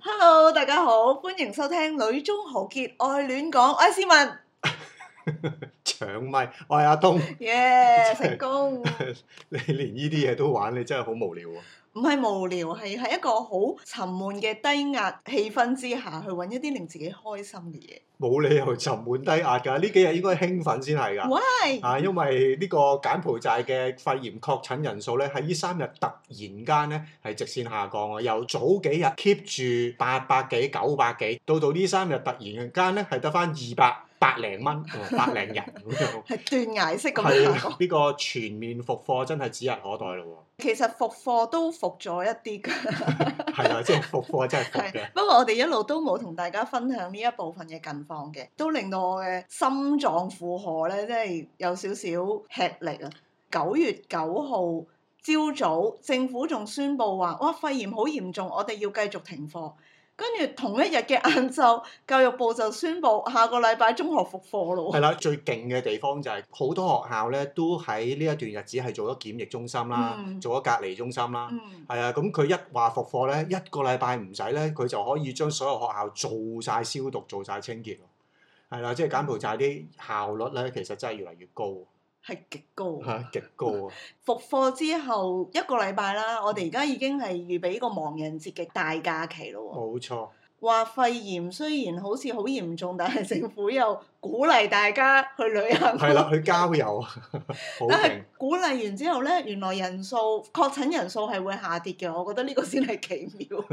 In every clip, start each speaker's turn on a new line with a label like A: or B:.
A: Hello，大家好，歡迎收聽《女中豪傑愛戀講》，我係思文，
B: 搶咪，我係阿東，
A: 耶、
B: 真係
A: 成功，
B: 你連呢啲嘢都玩，你真係好無聊喎。
A: 唔係無聊，係喺一個好沉悶嘅低壓氣氛之下，去揾一啲令自己開心嘅嘢。
B: 冇理由沉滿低壓㗎，呢幾日應該興奮先係㗎。
A: 喂，
B: 啊，因為呢個柬埔寨嘅肺炎確診人數咧，喺呢三日突然間咧係直線下降啊！由早幾日 keep 住八百幾、九百幾，到到呢三日突然間咧係得翻二百百零蚊、哦百零人咁樣。
A: 係斷崖式 咁樣下
B: 係
A: 降
B: 啊。呢個全面復課真係指日可待咯
A: 其實復課都復咗一啲㗎，
B: 喎，係啊，即係復課真係復嘅
A: 係。不過我哋一路都冇同大家分享呢一部分嘅近況嘅，都令到我嘅心臟負荷咧，即係有少少吃力啊！九月九號朝早，政府仲宣布話：哇，肺炎好嚴重，我哋要繼續停課。跟住同一日嘅晏晝，教育部就宣布下個禮拜中學復課咯喎。
B: 係啦，最勁嘅地方就係好多學校咧，都喺呢一段日子係做咗檢疫中心啦，
A: 嗯
B: 做咗隔離中心啦。
A: 嗯，
B: 係啊，咁佢一話復課咧，一個禮拜唔使咧，佢就可以將所有學校做晒消毒、做晒清潔咯。係啦，即係柬埔寨啲效率咧，其實真係越嚟越高，
A: 係極高。
B: 嚇、極高啊！
A: 復課之後一個禮拜啦，我哋而家已經係預備呢個亡人節嘅大假期咯
B: 冇錯，
A: 喎。話肺炎雖然好似好嚴重，但係政府又鼓勵大家去旅行。
B: 係啦，去郊遊，啊好
A: 但係
B: 勁。
A: 鼓勵完之後咧，原來人數確診人數係會下跌嘅，我覺得呢個先係奇 妙。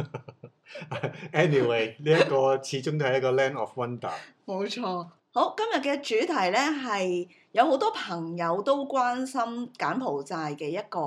B: Anyway，呢一個始終都係一個 land of wonder。
A: 冇錯。好，今日嘅主題呢係有好多朋友都關心柬埔寨嘅一個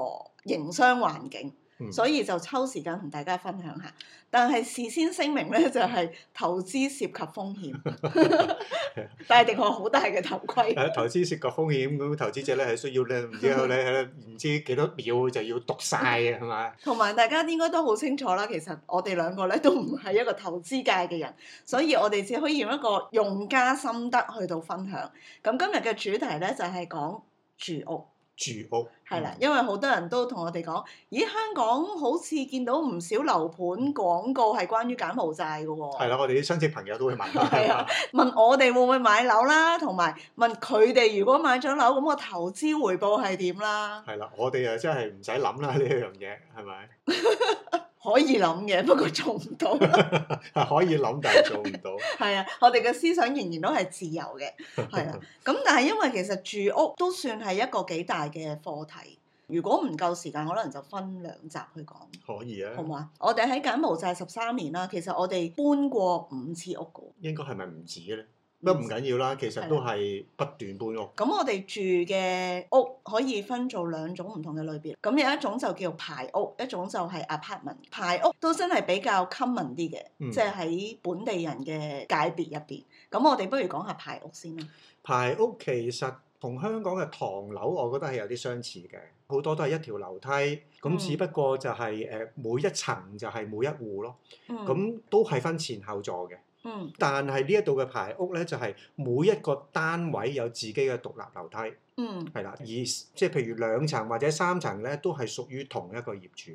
A: 營商環境，
B: 嗯
A: 所以就抽時間同大家分享下。但係事先聲明呢，就係、投資涉及風 險， 戴定個好大嘅頭盔。
B: 誒投資涉及風險，咁投資者咧係需要咧，唔知咧係唔知幾多秒就要讀晒嘅係嘛？
A: 同埋大家應該都好清楚啦，其實我哋兩個咧都唔係一個投資界嘅人，所以我哋只可以用一個用家心得去到分享。咁今日嘅主題咧就係、講住屋。
B: 住屋
A: 係啦，，因為好多人都同我哋講，咦香港好似見到唔少樓盤廣告係關於柬埔寨嘅
B: 係
A: 喎，
B: 啦，我哋啲親戚朋友都會問
A: 係啊
B: 啦，
A: 問我哋會唔會買樓啦，同埋問佢哋如果買咗樓咁個投資回報係點啦，
B: 係啦，我哋啊真係唔使諗啦呢一樣嘢係咪？
A: 可以諗嘅，不過做唔到。
B: 可以諗但係做唔到，
A: 係啊，我哋嘅思想仍然都係自由嘅，係 啦。咁但係因為其實住屋都算係一個幾大嘅課題，如果唔夠時間，可能就分兩集去講，
B: 可以啊
A: 好，唔好啊？我哋喺柬埔寨十三年啦，其實我哋搬過五次屋嘅喎。
B: 應該係咪唔止咧？不過唔緊要啦，其實都係不斷搬屋，
A: 咁我哋住嘅屋可以分做兩種唔同嘅類別，咁有一種就叫排屋，一種就係 apartment。排屋都真係比較 common 啲嘅，
B: 嗯
A: 即係喺本地人嘅界別入邊。咁我哋不如講下排屋先啦。
B: 排屋其實同香港嘅唐樓，我覺得係有啲相似嘅，好多都係一條樓梯，咁
A: 嗯
B: 只不過就係誒每一層就係每一戶咯。
A: 嗯，
B: 咁都係分前後座嘅。
A: 嗯
B: 但係呢一度嘅排屋咧，就係、每一個單位有自己嘅獨立樓梯，
A: 嗯。
B: 係啦。而即係譬如兩層或者三層咧，都係屬於同一個業主。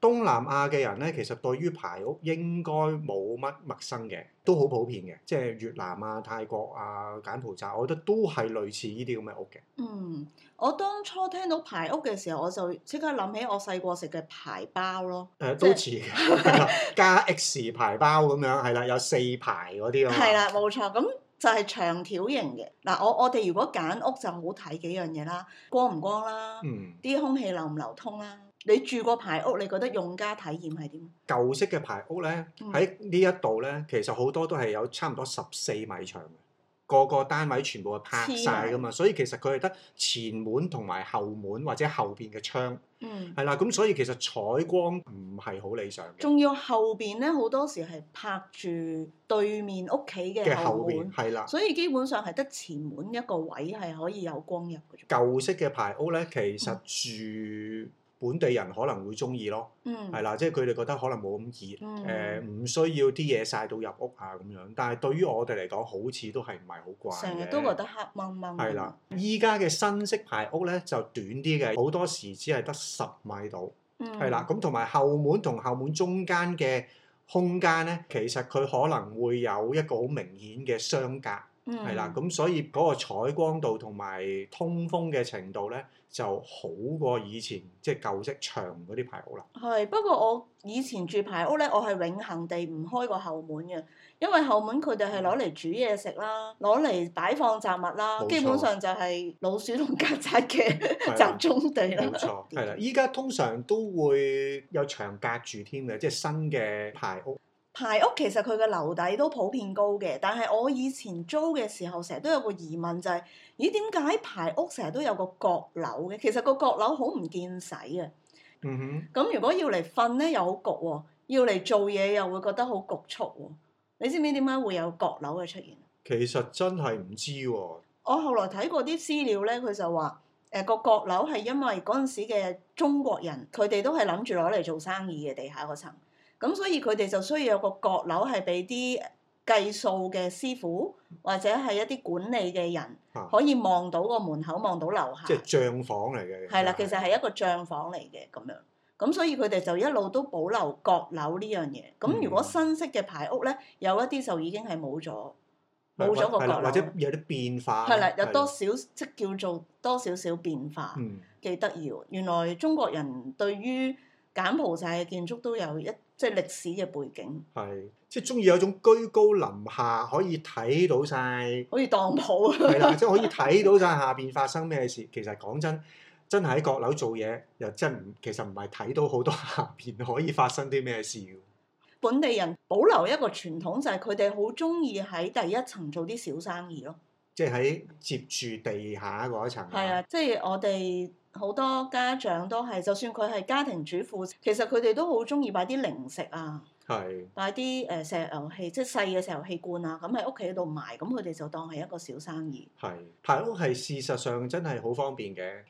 B: 東南亞嘅人咧，其實對於排屋應該冇乜陌生嘅，都好普遍嘅，即係越南啊、泰國啊、柬埔寨，我覺得都係類似呢啲咁嘅屋嘅。
A: 嗯，我當初聽到排屋嘅時候，我就即刻諗起我細個食嘅排包咯。
B: 誒、呃都似 嘅，係啦加 X 排包咁樣，係啦，有四排嗰啲啊嘛。
A: 係啦，冇錯，咁就係長條形嘅。嗱，我我哋如果揀屋就好睇幾樣嘢啦，光唔光啦，
B: 嗯。
A: 啲空氣流唔流通啦。你住過排屋，你覺得用家體驗係點？
B: 舊式嘅排屋咧，
A: 嗯
B: 喺呢一度咧，其實好多都係有差唔多十四米長嘅，個個單位全部係拍晒噶嘛，所以其實佢係得前門同埋後門或者後邊嘅窗，
A: 嗯，
B: 係啦，咁所以其實採光唔係好理想嘅。
A: 仲要後邊咧好多時係拍住對面屋企
B: 嘅
A: 嘅後
B: 後啊邊
A: 門，
B: 係啦，
A: 所以基本上係得前門一個位係可以有光入嘅啫。
B: 舊式嘅排屋咧，其實住本地人可能會中意咯，
A: 嗯，
B: 係啦，即係佢哋覺得可能冇咁熱，誒唔、
A: 嗯
B: 需要啲嘢曬到入屋啊咁樣，但係對於我哋嚟講，好似都係唔係好慣
A: 成日
B: 嘅
A: 都覺得黑掹掹。
B: 係啦，，
A: 嗯
B: 依家嘅新式排屋咧就短啲嘅，好多時只係得十米度，
A: 嗯，
B: 係啦、咁同埋後門同後門中間嘅空間咧，其實佢可能會有一個好明顯嘅相隔，
A: 嗯
B: 係啦、咁所以嗰個採光度同埋通風嘅程度咧，就好過以前即係舊式長嗰啲排 屋啦。
A: 係，不過我以前住排屋咧，我係永恆地唔開個後門嘅，因為後門佢哋
B: 嗯
A: 係攞嚟煮嘢食啦，攞嚟擺放雜物啦
B: 冇，錯
A: 基本上就係老鼠同曱甴
B: 係
A: 嘅
B: 啦
A: 集中地啦
B: 冇。錯，係啦，依家通常都會有長隔住添嘅，即係新嘅排屋。
A: 排屋其實佢嘅樓底都普遍高嘅，但係我以前租嘅時候，成日都有個疑問就係、咦點解排屋成日都有個閣樓嘅？其實個閣樓好唔見使啊！
B: 嗯哼。
A: 咁如果要嚟瞓咧，又好焗喎；要嚟做嘢又會覺得好局促喎。你知唔知點解會有閣樓嘅出現？啊
B: 其實真係唔知喎、
A: 我後來睇過啲資料咧，佢就話誒個閣樓係因為嗰陣時嘅中國人，佢哋都係諗住攞嚟做生意嘅地下嗰層，咁所以佢哋就需要有個閣樓係俾啲計數嘅師傅或者係一啲管理嘅人
B: 啊
A: 可以望到個門口，望到樓下。
B: 即係帳房嚟嘅。
A: 係啦，其實係一個帳房嚟嘅咁樣，咁所以佢哋就一路都保留閣樓呢樣嘢。咁如果
B: 嗯
A: 新式嘅排屋咧，有一啲就已經係冇咗，冇咗個
B: 係啦
A: 閣
B: 或者
A: 樓。
B: 有啲變化。
A: 係啦，有多
B: 係啦
A: 少即叫做多少少變化，
B: 嗯
A: 幾得意喎！原來中國人對於柬埔寨嘅建築都有一即係歷史嘅背景，
B: 係，即係中意有種居高臨下，可以睇到晒。
A: 好似當鋪 啊，
B: 係啦，即係可以睇到晒下邊發生咩事。其實講真，真係喺閣樓做嘢，又真唔其實唔係睇到好多下邊可以發生啲咩事嘅。
A: 本地人保留一個傳統就係佢哋好中意喺第一層做啲小生意咯。
B: 即係喺接住地下嗰一層。
A: 係啊，，即係我哋好多家長都係，就算佢係家庭主婦，其實佢哋都好中意擺啲零食啊，
B: 係
A: 擺啲誒石油氣，即係細嘅石油氣罐啊，咁喺屋企度賣，咁佢哋就當係一個小生意。
B: 係排屋係事實上真係好方便嘅。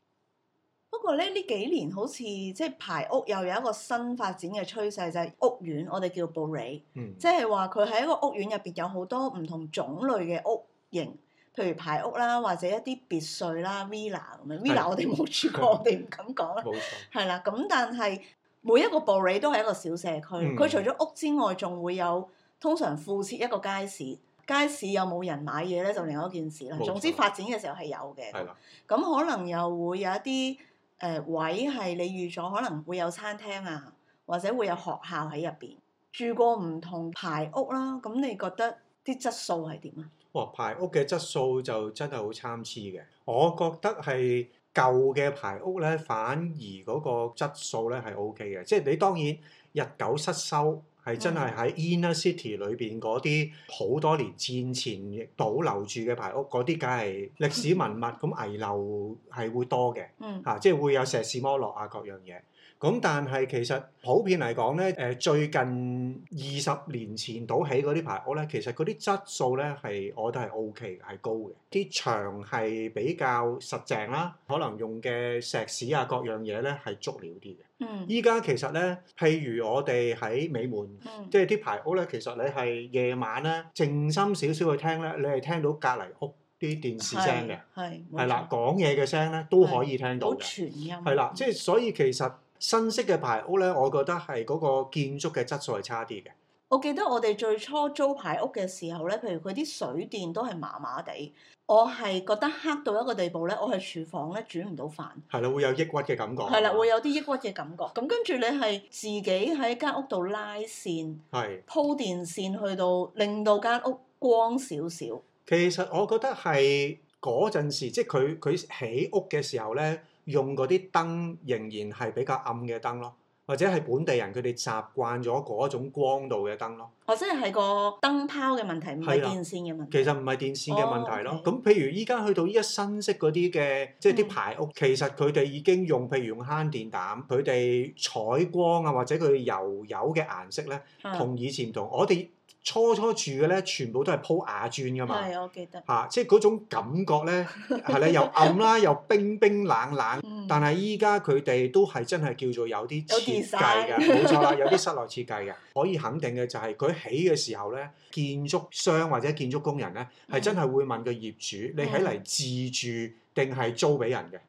A: 不過咧，呢幾年好似即係排屋又有一個新發展嘅趨勢，就係、屋苑，我哋叫 b o r e
B: 嗯，
A: 即係話佢喺一個屋苑入邊有好多唔同種類嘅屋型，譬如排屋啦，或者一啲別墅啦、villa 咁樣。villa 我哋冇住過，我哋唔敢講啦。
B: 冇錯。
A: 係啦，咁但係每一個部里都係一個小社區，
B: 嗯
A: 佢、除咗屋之外，仲會有通常附設一個街市。街市有冇人買嘢咧，就另外一件事啦
B: 冇。錯
A: 總之發展嘅時候係有嘅，
B: 係啦，
A: 咁可能又會有一啲誒、呃位係你預咗可能會有餐廳啊，或者會有學校喺入邊。住過唔同排屋啦，咁你覺得啲質素係點啊？
B: 哇！排屋嘅質素就真係好參差嘅，我覺得係舊嘅排屋咧，反而嗰個質素咧係 O K 嘅，即係你當然日久失修。係真係喺 inner city 裏邊嗰啲好多年戰前保留住嘅排屋，嗰啲梗係歷史文物，咁危樓係會多嘅。
A: 嗯
B: 嚇、啊即係會有石屎剝落啊各樣嘢。咁但係其實普遍嚟講咧，誒、最近二十年前到起嗰啲排屋咧，其實嗰啲質素咧係我覺得係 O K 嘅，係高嘅。啲牆係比較實淨啦，可能用嘅石屎啊各樣嘢咧係足料啲嘅。
A: 嗯
B: 依家其實咧，譬如我哋喺美門。
A: 嗯
B: 即係啲排屋咧，其實你係夜晚咧，靜心少少去聽咧，你係聽到隔離屋啲電視聲嘅，
A: 係冇
B: 係啦，
A: 錯
B: 講嘢嘅聲咧都可以聽到
A: 好
B: 嘅。
A: 全音
B: 係啦，即係所以其實新式嘅排屋咧，我覺得係嗰個建築嘅質素係差啲嘅。
A: 我記得我哋最初租排屋嘅時候咧，譬如佢啲水電都係麻麻地，我係覺得黑到一個地步咧，我係廚房咧煮唔到飯，
B: 係啦，會有抑鬱嘅感覺。啊
A: 係啦，會
B: 有
A: 有啲抑鬱嘅感覺。咁跟住你係自己喺間屋度拉線、
B: 係。
A: 鋪電線，去到令到間屋光少少。
B: 其實我覺得係嗰陣時，即係佢佢起屋嘅時候咧，用嗰啲燈仍然係比較暗嘅燈咯，或者係本地人佢哋習慣咗嗰種光度嘅燈咯。
A: 或者係個燈泡嘅問題，唔係
B: 係啦啊
A: 電線嘅問題。
B: 其實唔係電線嘅問題
A: 哦
B: 咯。咁、
A: ，OK
B: 譬如依家去到依家新式嗰啲嘅，即係啲
A: 嗯
B: 排屋，其實佢哋已經用譬如用慳電膽，佢哋採光啊，或者佢哋油油嘅顏色咧，
A: 啊
B: 同以前唔同。我哋初初住嘅咧，全部都係鋪瓦磚噶嘛。
A: 係我啊記得。
B: 嚇、即係嗰種感覺咧，係咧又暗啦，又冰冰冷冷。
A: 嗯，
B: 但係依家佢哋都係真係叫做有啲
A: 有
B: 設計嘅，
A: design
B: 冇錯啦，有啲室內設計嘅。 可以肯定嘅就係佢起嘅時候咧，建築商或者建築工人咧係
A: 嗯
B: 真係會問個業主：你起嚟自住定係租俾人嘅？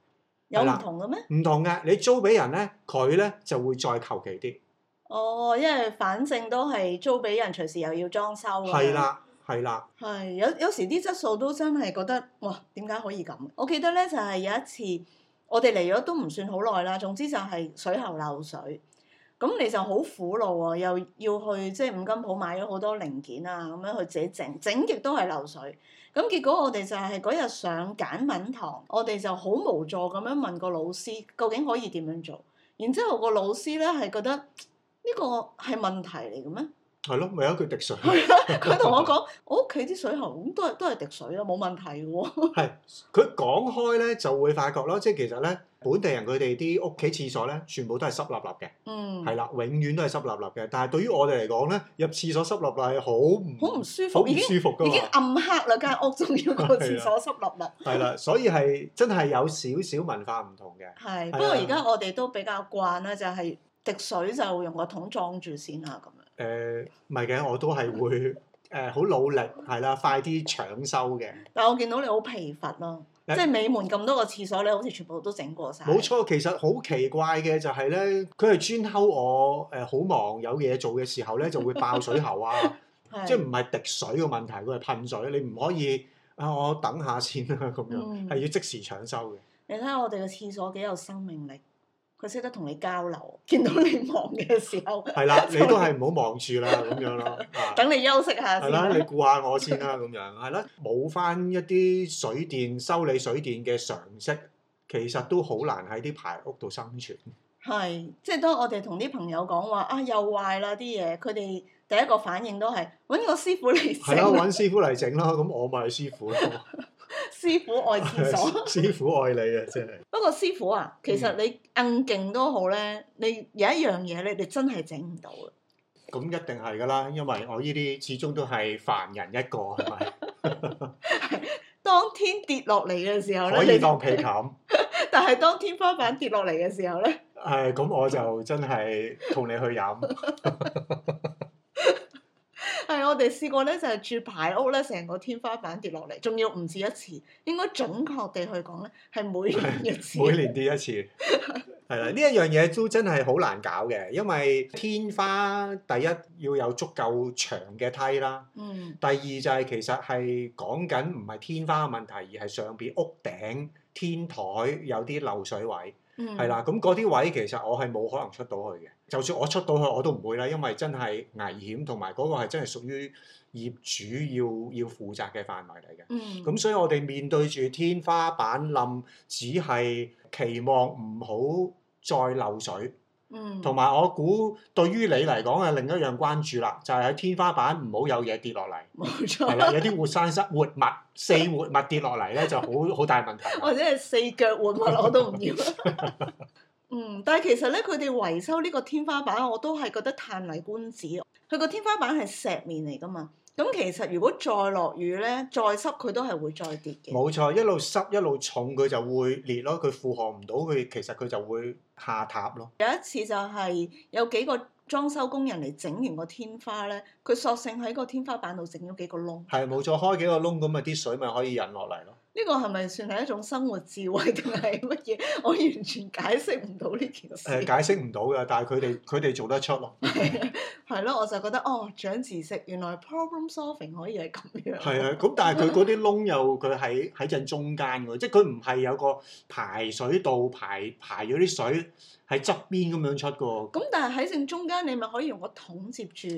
A: 有
B: 係
A: 唔
B: 啦
A: 同嘅咩？
B: 唔同嘅，你租俾人咧，佢咧就會再求其啲。
A: 哦，因為反正都係租俾人，隨時又要裝修啊。
B: 係。啦，係啦，
A: 係有有時啲質素都真係覺得哇，點解可以咁？我記得咧就係、有一次我哋嚟咗都唔算好耐啦，總之就係水喉漏水，咁你就好苦惱啊，又要去即係五金鋪買咗好多零件啊，咁樣去自己整，整極都係漏水。咁結果我哋就係嗰日上簡文堂，我哋就好無助咁樣問個老師究竟可以點樣做，然之後個老師咧係覺得呢個係問題嚟嘅咩？
B: 係咯，咪有一句 滴水，
A: 佢同我講：我屋企啲水喉咁都係都係滴水啦，冇問題嘅喎。
B: 係佢講開咧就會發覺咯，即係其實咧本地人佢哋啲屋企廁所咧全部都係濕立立嘅，
A: 嗯，
B: 係啦，永遠都係濕立立嘅。但係對於我哋嚟講咧，入廁所濕立立係好唔
A: 好唔舒
B: 好
A: 服，
B: 唔
A: 已經
B: 舒服㗎
A: 已經
B: 嘛。啊
A: 暗黑啦間屋，仲要個廁所濕立立。
B: 係啦，所以係真係有少少文化唔同嘅。
A: 係，
B: 係
A: 不
B: 啊
A: 過而家我哋都比較慣啦，就係滴水就用個桶裝住先啦，咁樣。
B: 誒唔係嘅，我都係 會誒好努力係啦，快啲搶修嘅。
A: 但係我見到你好疲乏咯，即
B: 誒
A: 係美門咁多個廁所，你好似全部都整過晒。
B: 冇。錯，其實好奇怪嘅就係咧，佢係專睺我誒好、忙有嘢做嘅時候咧，就會爆水喉啊，即 係
A: 係。
B: 唔係滴水嘅問題，佢係噴水，你唔可以啊我等下先啦咁樣，係
A: 嗯、
B: 要即時搶修嘅。
A: 你睇下我哋嘅廁所幾有生命力，佢識得同你交流。見到你忙嘅時候，
B: 係啦，你都係唔好望住啦咁樣咯。啊
A: 等你休息下
B: 係
A: 先
B: 啦，
A: 啦
B: 你。顧下我先啦，咁樣係啦，冇翻一啲水電修理水電嘅常識，其實都好難喺啲排屋度生 存。
A: 係，即係當我哋同啲朋友講話啊，又壞啦啲嘢，佢哋第一個反應都係揾個師傅嚟
B: 係啦，揾
A: 整，
B: 師傅嚟整啦，咁我咪係師 傅咯。
A: 師傅愛廁所。
B: 啊 師傅嗯愛你啊，真係。
A: 不過師傅啊，其實你硬勁都好咧，你有一樣嘢咧，你真係整唔到嘅。
B: 咁一定係㗎啦，因為我呢啲始終都係凡人一個，係 咪？
A: 當天跌落嚟嘅時候
B: 可
A: 咧，
B: 以
A: 你
B: 當被冚。
A: 但係當天花板跌落嚟嘅時候咧，
B: 係咁，我就真係同你去飲。
A: 係我哋試過咧，就係住排屋咧，成個天花板跌落嚟，仲要唔止一次，應該準確地去講咧，係每年一次。
B: 每年跌一次，係啦，呢一樣嘢都真係好難搞嘅，因為天花第一要有足夠長嘅梯啦，
A: 嗯
B: 第二就係其實係講緊唔係天花嘅問題，而係上邊屋頂、天台有啲漏水位，
A: 嗯
B: 係啦、咁嗰啲位其實我係冇可能出到去嘅，就算我出到去我都唔會啦，因為真係危險，同埋嗰個係真係屬於業主要要負責嘅範圍嚟嘅。
A: 嗯
B: 咁所以我哋面對住天花板冧，只係期望唔好再漏水。
A: 嗯
B: 同埋我估對於你嚟講係另一樣關注啦，就係、喺天花板唔好有嘢跌 落嚟。
A: 冇
B: 係
A: 錯。
B: 啦，有啲活生生活物四活物跌落嚟咧，就好好大問題啦。
A: 或者係四腳換物我都唔 要。嗯，但係其實咧，佢哋維修呢個天花板，我都係覺得歎為觀止。佢個天花板係石面嚟噶嘛，咁其實如果再落雨咧，再濕佢都係會再跌嘅。
B: 冇錯，一路濕一路重，佢就會裂咯。佢負荷唔到，佢其實佢就會下塌咯。
A: 有一次就係有幾個裝修工人嚟整完個天花咧，佢索性喺個天花板度整咗幾個窿。
B: 係冇錯，開幾個窿咁啊，啲水咪可以引落嚟咯。
A: 呢個係咪算係一種生活智慧定係乜嘢？我完全解釋唔到呢件事。
B: 誒、解釋唔到㗎，但係佢哋佢哋做得出咯。
A: 係咯，我就覺得哦，長知識，原來 problem solving 可以係咁樣。
B: 係啊，咁但係佢嗰啲窿又佢喺喺正中間喎，即係佢唔係有個排水道排排咗啲水喺側邊咁樣出嘅喎。
A: 咁但係喺正中間，你咪可以用個桶接住，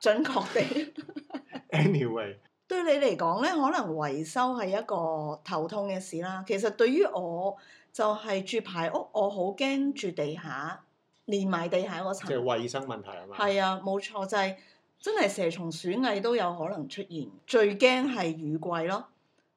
A: 準確地。
B: Anyway，
A: 對你嚟講咧，可能維修係一個頭痛嘅事啦。其實對於我就係、住排屋，我好驚住地下，連埋地下嗰
B: 即係
A: 層。
B: 衞生問題係嘛？
A: 係啊，冇錯，就係、真係蛇蟲鼠蟻都有可能出現。最驚係雨季咯，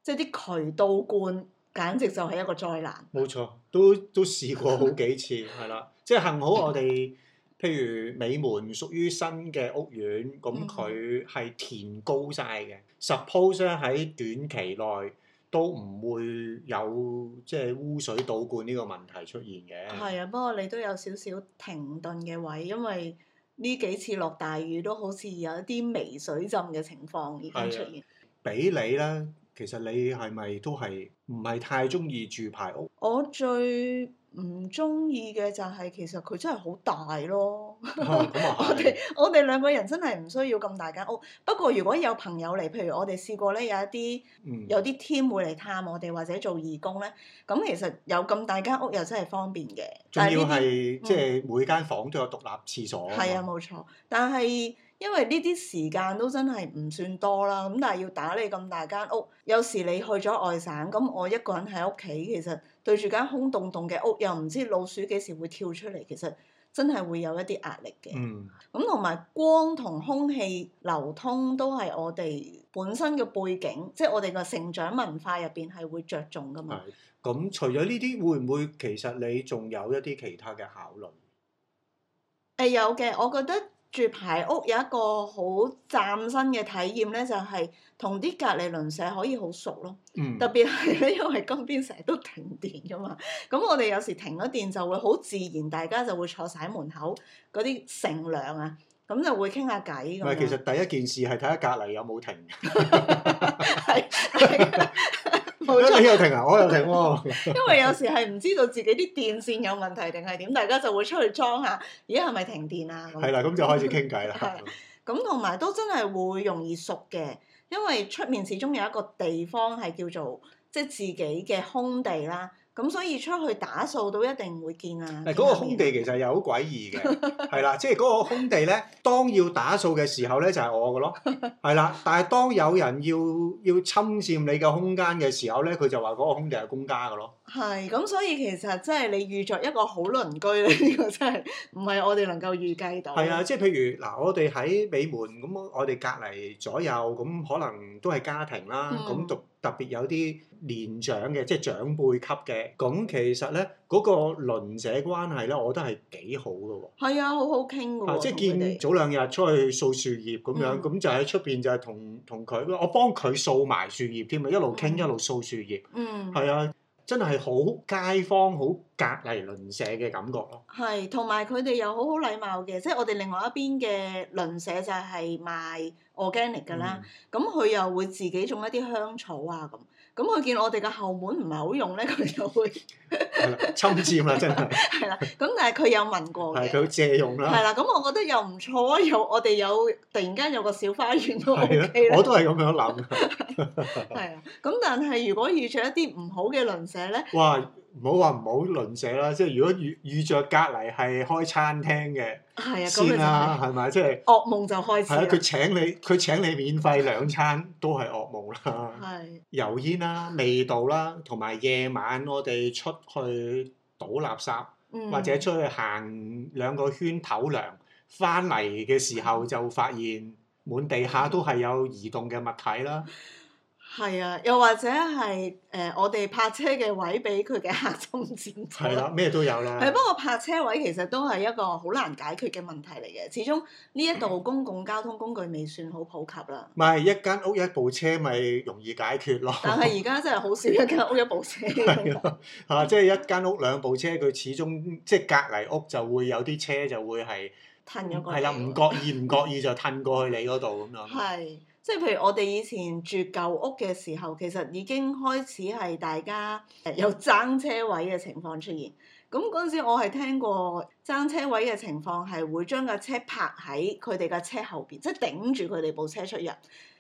A: 即係啲渠道灌，簡直就係一個災難。
B: 冇錯，都都試過好 幾次，係啦。即係幸好我哋，譬如美門屬於新嘅屋苑，咁
A: 嗯
B: 佢係填高晒嘅。Suppose 咧喺短期內都唔會有即係污水倒灌呢個問題出現嘅。
A: 係啊，不過你都有少少停頓嘅位，因為呢幾次落大雨都好似有一啲微水浸嘅情況已經出現。
B: 俾 你啦，其實你係咪都係唔係太中意住排屋？
A: 我最唔中意嘅就係其實佢真係好大咯。
B: 咁啊
A: 我哋我哋兩個人真係唔需要咁大間屋。不過如果有朋友嚟，譬如我哋試過咧，有一啲
B: 嗯
A: 有啲 team 會嚟探我哋或者做義工咧，咁其實有咁大間屋又真係方便嘅。
B: 仲
A: 但係
B: 要
A: 呢啲嗯
B: 係即係每間房都有獨立廁所。
A: 係啊，，冇錯。但係因為呢啲時間都真係唔算多啦，咁但係要打理咁大間屋，有時你去咗外省，咁我一個人喺屋企，其實對住間空洞洞嘅屋，又唔知老鼠幾時會跳出嚟，其實真係會有一啲壓力嘅。
B: 嗯，
A: 咁同埋光同空氣流通都係我哋本身嘅背景，即係我哋個成長文化入邊係會着重噶嘛
B: 係。咁除咗呢啲，會唔會其實你仲有一啲其他嘅考慮？
A: 誒、呃有嘅，我覺得住排屋有一個好嶄新嘅體驗咧，就係同啲隔離鄰舍可以好熟咯。
B: 嗯，
A: 特別係咧，因為今邊成日都停電噶嘛，咁我哋有時停咗電就會好自然，大家就會坐晒喺門口嗰啲乘涼啊，咁就會傾下偈咁啊
B: 唔係，其
A: 樣。
B: 實第一件事係睇下隔離有冇停。
A: 係係冇錯
B: 你。又停啊，我又停喎。
A: 因為有時係唔知道自己啲電線有問題定係點，大家就會出去裝下，咦係咪停電啊？
B: 係
A: 咁
B: 啦，咁就開始傾
A: 係
B: 偈啦
A: 啊。咁同埋都真係會容易熟嘅，因為出面始終有一個地方係叫做即係自己嘅空地啦。咁所以出去打掃都一定會見啊。
B: 嗱，嗰個空地其實又好詭異嘅，係啦，即係嗰個空地咧，當要打掃嘅時候咧，就係我嘅咯，係啦。但係當有人要要侵佔你嘅空間嘅時候咧，佢就話嗰個空地係公家嘅咯。
A: 係咁，所以其實真係你遇着一個好鄰居咧，呢、個真係唔係我哋能夠預計到。
B: 係啊，，即係譬如嗱，我哋喺美門咁，我哋隔離左右咁，可能都係家庭啦。
A: 嗯
B: 咁特特別有啲年長嘅，即係長輩級嘅。咁其實咧，嗰、個鄰舍關係咧，我覺得係幾好嘅喎。
A: 係啊，好好傾嘅
B: 啊！
A: 喎。
B: 即係
A: 同佢
B: 見
A: 哋
B: 早兩日出去掃樹葉咁樣，
A: 嗯
B: 咁就喺出邊就係同同佢，我幫佢掃埋樹葉添啊，一路傾
A: 嗯
B: 一路掃樹葉，
A: 嗯。
B: 係啊，真係好街坊、好隔離鄰舍嘅感覺咯。
A: 係，同埋佢哋又好好禮貌嘅，即係我哋另外一邊嘅鄰舍就係賣 organic 㗎啦，咁佢、又會自己種一啲香草啊咁，咁佢見我哋嘅後門唔係好用咧， 佢就會
B: 嗯，係啦，侵佔啦，真 係，
A: 係啦，咁但係佢有問過
B: 係
A: 嘅，
B: 佢借用
A: 係
B: 啦，
A: 啦，咁我覺得又唔錯啊，又我哋有突然間有個小花園都 OK
B: 係
A: 啦
B: 啦，我，都係咁樣諗。
A: 係啊，咁但係如果遇着一啲唔好嘅鄰舍咧，
B: 哇！唔好話唔好鄰舍啦，即係如果遇遇著隔離係開餐廳嘅
A: 係啊，咁佢
B: 先
A: 就
B: 啦，
A: 係
B: 係咪？即係
A: 噩夢就開始
B: 係啊，佢
A: 啦，
B: 請你佢請你免費兩餐都係噩夢啦。
A: 係。
B: 油煙啦、味道啦，同埋夜晚我哋出去倒垃圾，
A: 嗯
B: 或者出去行兩個圈唞涼，翻嚟嘅時候就發現滿地下都係有移動嘅物體 啦。
A: 係啊，又或者係誒、呃我哋泊車嘅位俾佢嘅客侵佔咗
B: 係啦，。咩都有啦。
A: 係不過泊車位其實都係一個好難解決嘅問題嚟嘅，始終呢一
B: 嗯
A: 度公共交通工具未算好普及啦。
B: 咪一間屋一部車咪容易解決咯。
A: 但係而家真係好少一間屋一部車。
B: 係咯，啊，即係一間屋兩部車，佢始終即係隔離屋就會有啲車就會係
A: 褪咗個
B: 係啦，唔覺意唔覺意就褪過去你嗰度咁樣。
A: 係，即係譬如我哋以前住舊屋嘅時候，其實已經開始係大家誒有爭車位嘅情況出現。咁嗰陣時，我係聽過爭車位嘅情況係會將架車泊喺佢哋架車後邊，即係頂住佢哋部車出入。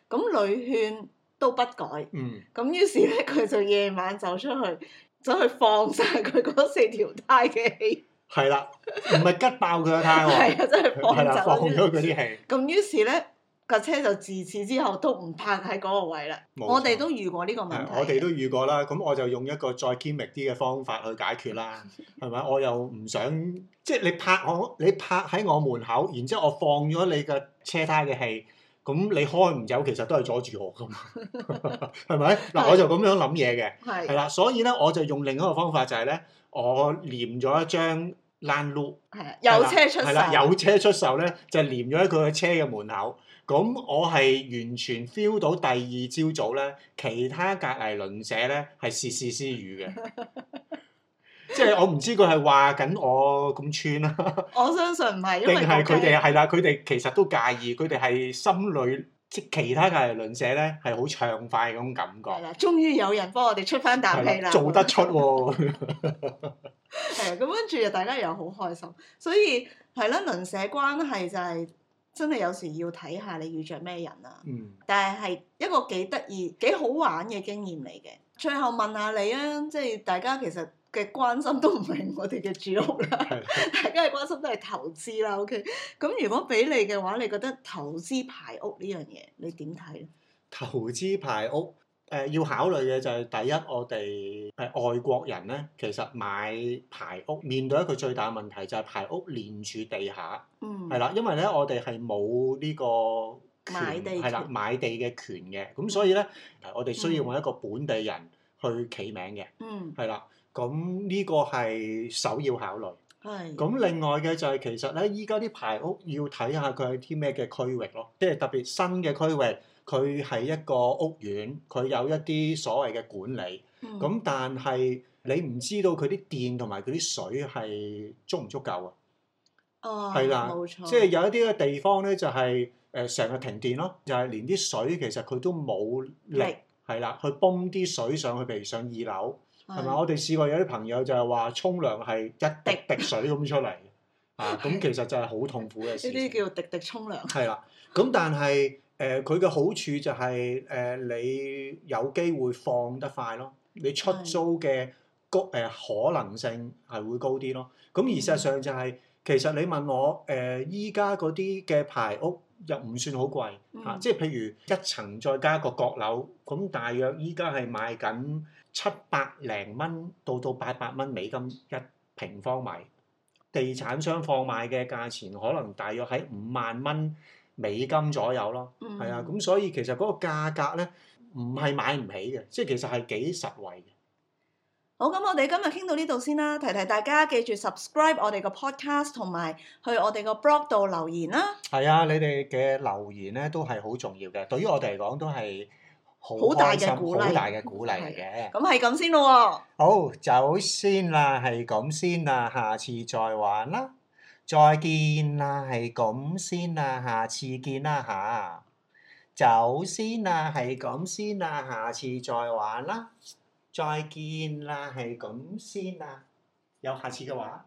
A: 咁屢勸都不改，
B: 嗯。
A: 咁於是咧佢就夜晚走出去，走去放晒佢嗰四條胎嘅氣，
B: 係啦，唔係吉爆佢個胎
A: 係
B: 喎，
A: 啊，真係放
B: 係啦，放
A: 走
B: 咗
A: 咗
B: 佢啲氣，
A: 咁於是咧，架車就自此之後都唔泊喺嗰個位啦。
B: 冇錯
A: 我哋都遇過呢個問
B: 係啊
A: 題。
B: 我哋都遇過啦。咁我就用一個再 c h 啲嘅方法去解決啦， 係咪？我又唔想即係你拍我，你拍喺我門口，然之後我放咗你嘅車胎嘅氣。咁你開唔走，其實都係阻住我噶嘛，係 咪？嗱，我就咁樣諗嘢嘅，係
A: 係
B: 啦，所以咧我就用另一個方法就係咧，我黏咗一張爛路。
A: 係啊有車出
B: 係啦，
A: 晒，
B: 有車出售咧，就黏咗喺佢嘅車嘅門口。咁我係完全 feel 到第二朝早咧，其他隔離鄰舍咧係竊竊私語嘅， 即係我唔知佢係話緊我咁串啦，
A: 我相信唔係，因
B: 定
A: 為
B: 係佢哋
A: 架
B: 啊係啦，佢哋其實都介意，佢哋係心裏即係其他隔離鄰舍咧係好暢快嗰種感
A: 係
B: 覺，
A: 啦，終於有人幫我哋出翻啖氣
B: 係
A: 啦。
B: 啦，做得出喎。
A: 係啊，咁跟住大家又好開心，所以係啦，鄰舍關係就係、真係有時要睇下你遇着咩人啊。
B: 嗯，
A: 但係係一個幾得意、幾好玩嘅經驗嚟嘅。最後問下你啊，即係大家其實嘅關心都唔係我哋嘅住屋啦，
B: 係
A: 大家嘅關心都係投資啦。OK，咁如果俾你嘅話，你覺得投資排屋呢樣嘢，你點睇咧？
B: 投資排屋。誒、要考慮嘅就係第一，我哋誒、呃外國人咧，其實買排屋面對一個最大問題就係排屋連住地下，
A: 嗯，
B: 係啦，因為咧我哋係冇呢個
A: 買
B: 權
A: 地
B: 係啦
A: 權
B: 買地嘅權嘅，咁所以咧我哋需要揾一個本地人去起名嘅，
A: 嗯，
B: 係啦，咁呢個係首要考慮。
A: 嗯係，
B: 咁另外嘅就係其實咧，依家啲排屋要睇下佢喺啲咩嘅區域咯，即係特別新嘅區域，佢係一個屋苑，佢有一啲所謂嘅管理。
A: 嗯
B: 咁、但係你唔知道佢啲電同埋佢啲水係足唔足夠啊？
A: 哦
B: 係啦
A: 冇錯，
B: 即係有一啲嘅地方咧，就係誒成日停電咯，就係、連啲水其實佢都冇力
A: 力
B: 係啦，去泵啲水上去，譬如上二樓。係咪？我哋試過有啲朋友就係話沖涼係一滴滴水咁出嚟，啊 咁其實就係好痛苦嘅
A: 呢
B: 事情。
A: 啲叫滴滴沖涼。
B: 係啦，咁但係誒佢嘅好處就係、呃你有機會放得快咯，你出租嘅高誒、呃可能性係會高啲咯。咁而
A: 嗯
B: 事實上就係、其實你問我誒依家嗰啲嘅排屋又唔算好貴嚇、
A: 嗯
B: 啊即係譬如一層再加個閣樓，咁大約依家係賣緊七百零蚊到到八百蚊美金一平方米。地產商放賣嘅價錢可能大約喺五萬蚊美金左右咯，
A: 嗯
B: 係啊，咁所以其實嗰個價格咧唔係買唔起嘅，即係其實係幾實惠嘅。
A: 好，咁我哋今日傾到呢度先啦，提提大家記住 subscribe 我哋個 podcast 同埋去我哋個 blog 度留言啦，
B: 係啊，你哋嘅留言咧都係好重要嘅，對於我哋嚟講都係好
A: 好大嘅
B: 開心
A: 鼓勵
B: 好大嘅鼓勵嚟嘅。
A: 咁係咁先咯
B: 好，走先啦，係咁先啦，下次再玩啦，再見啦，係咁先啦，下次見啦吓，走先啦，係咁先啦，下次再玩啦，再見啦，係咁先啦，有下次嘅話。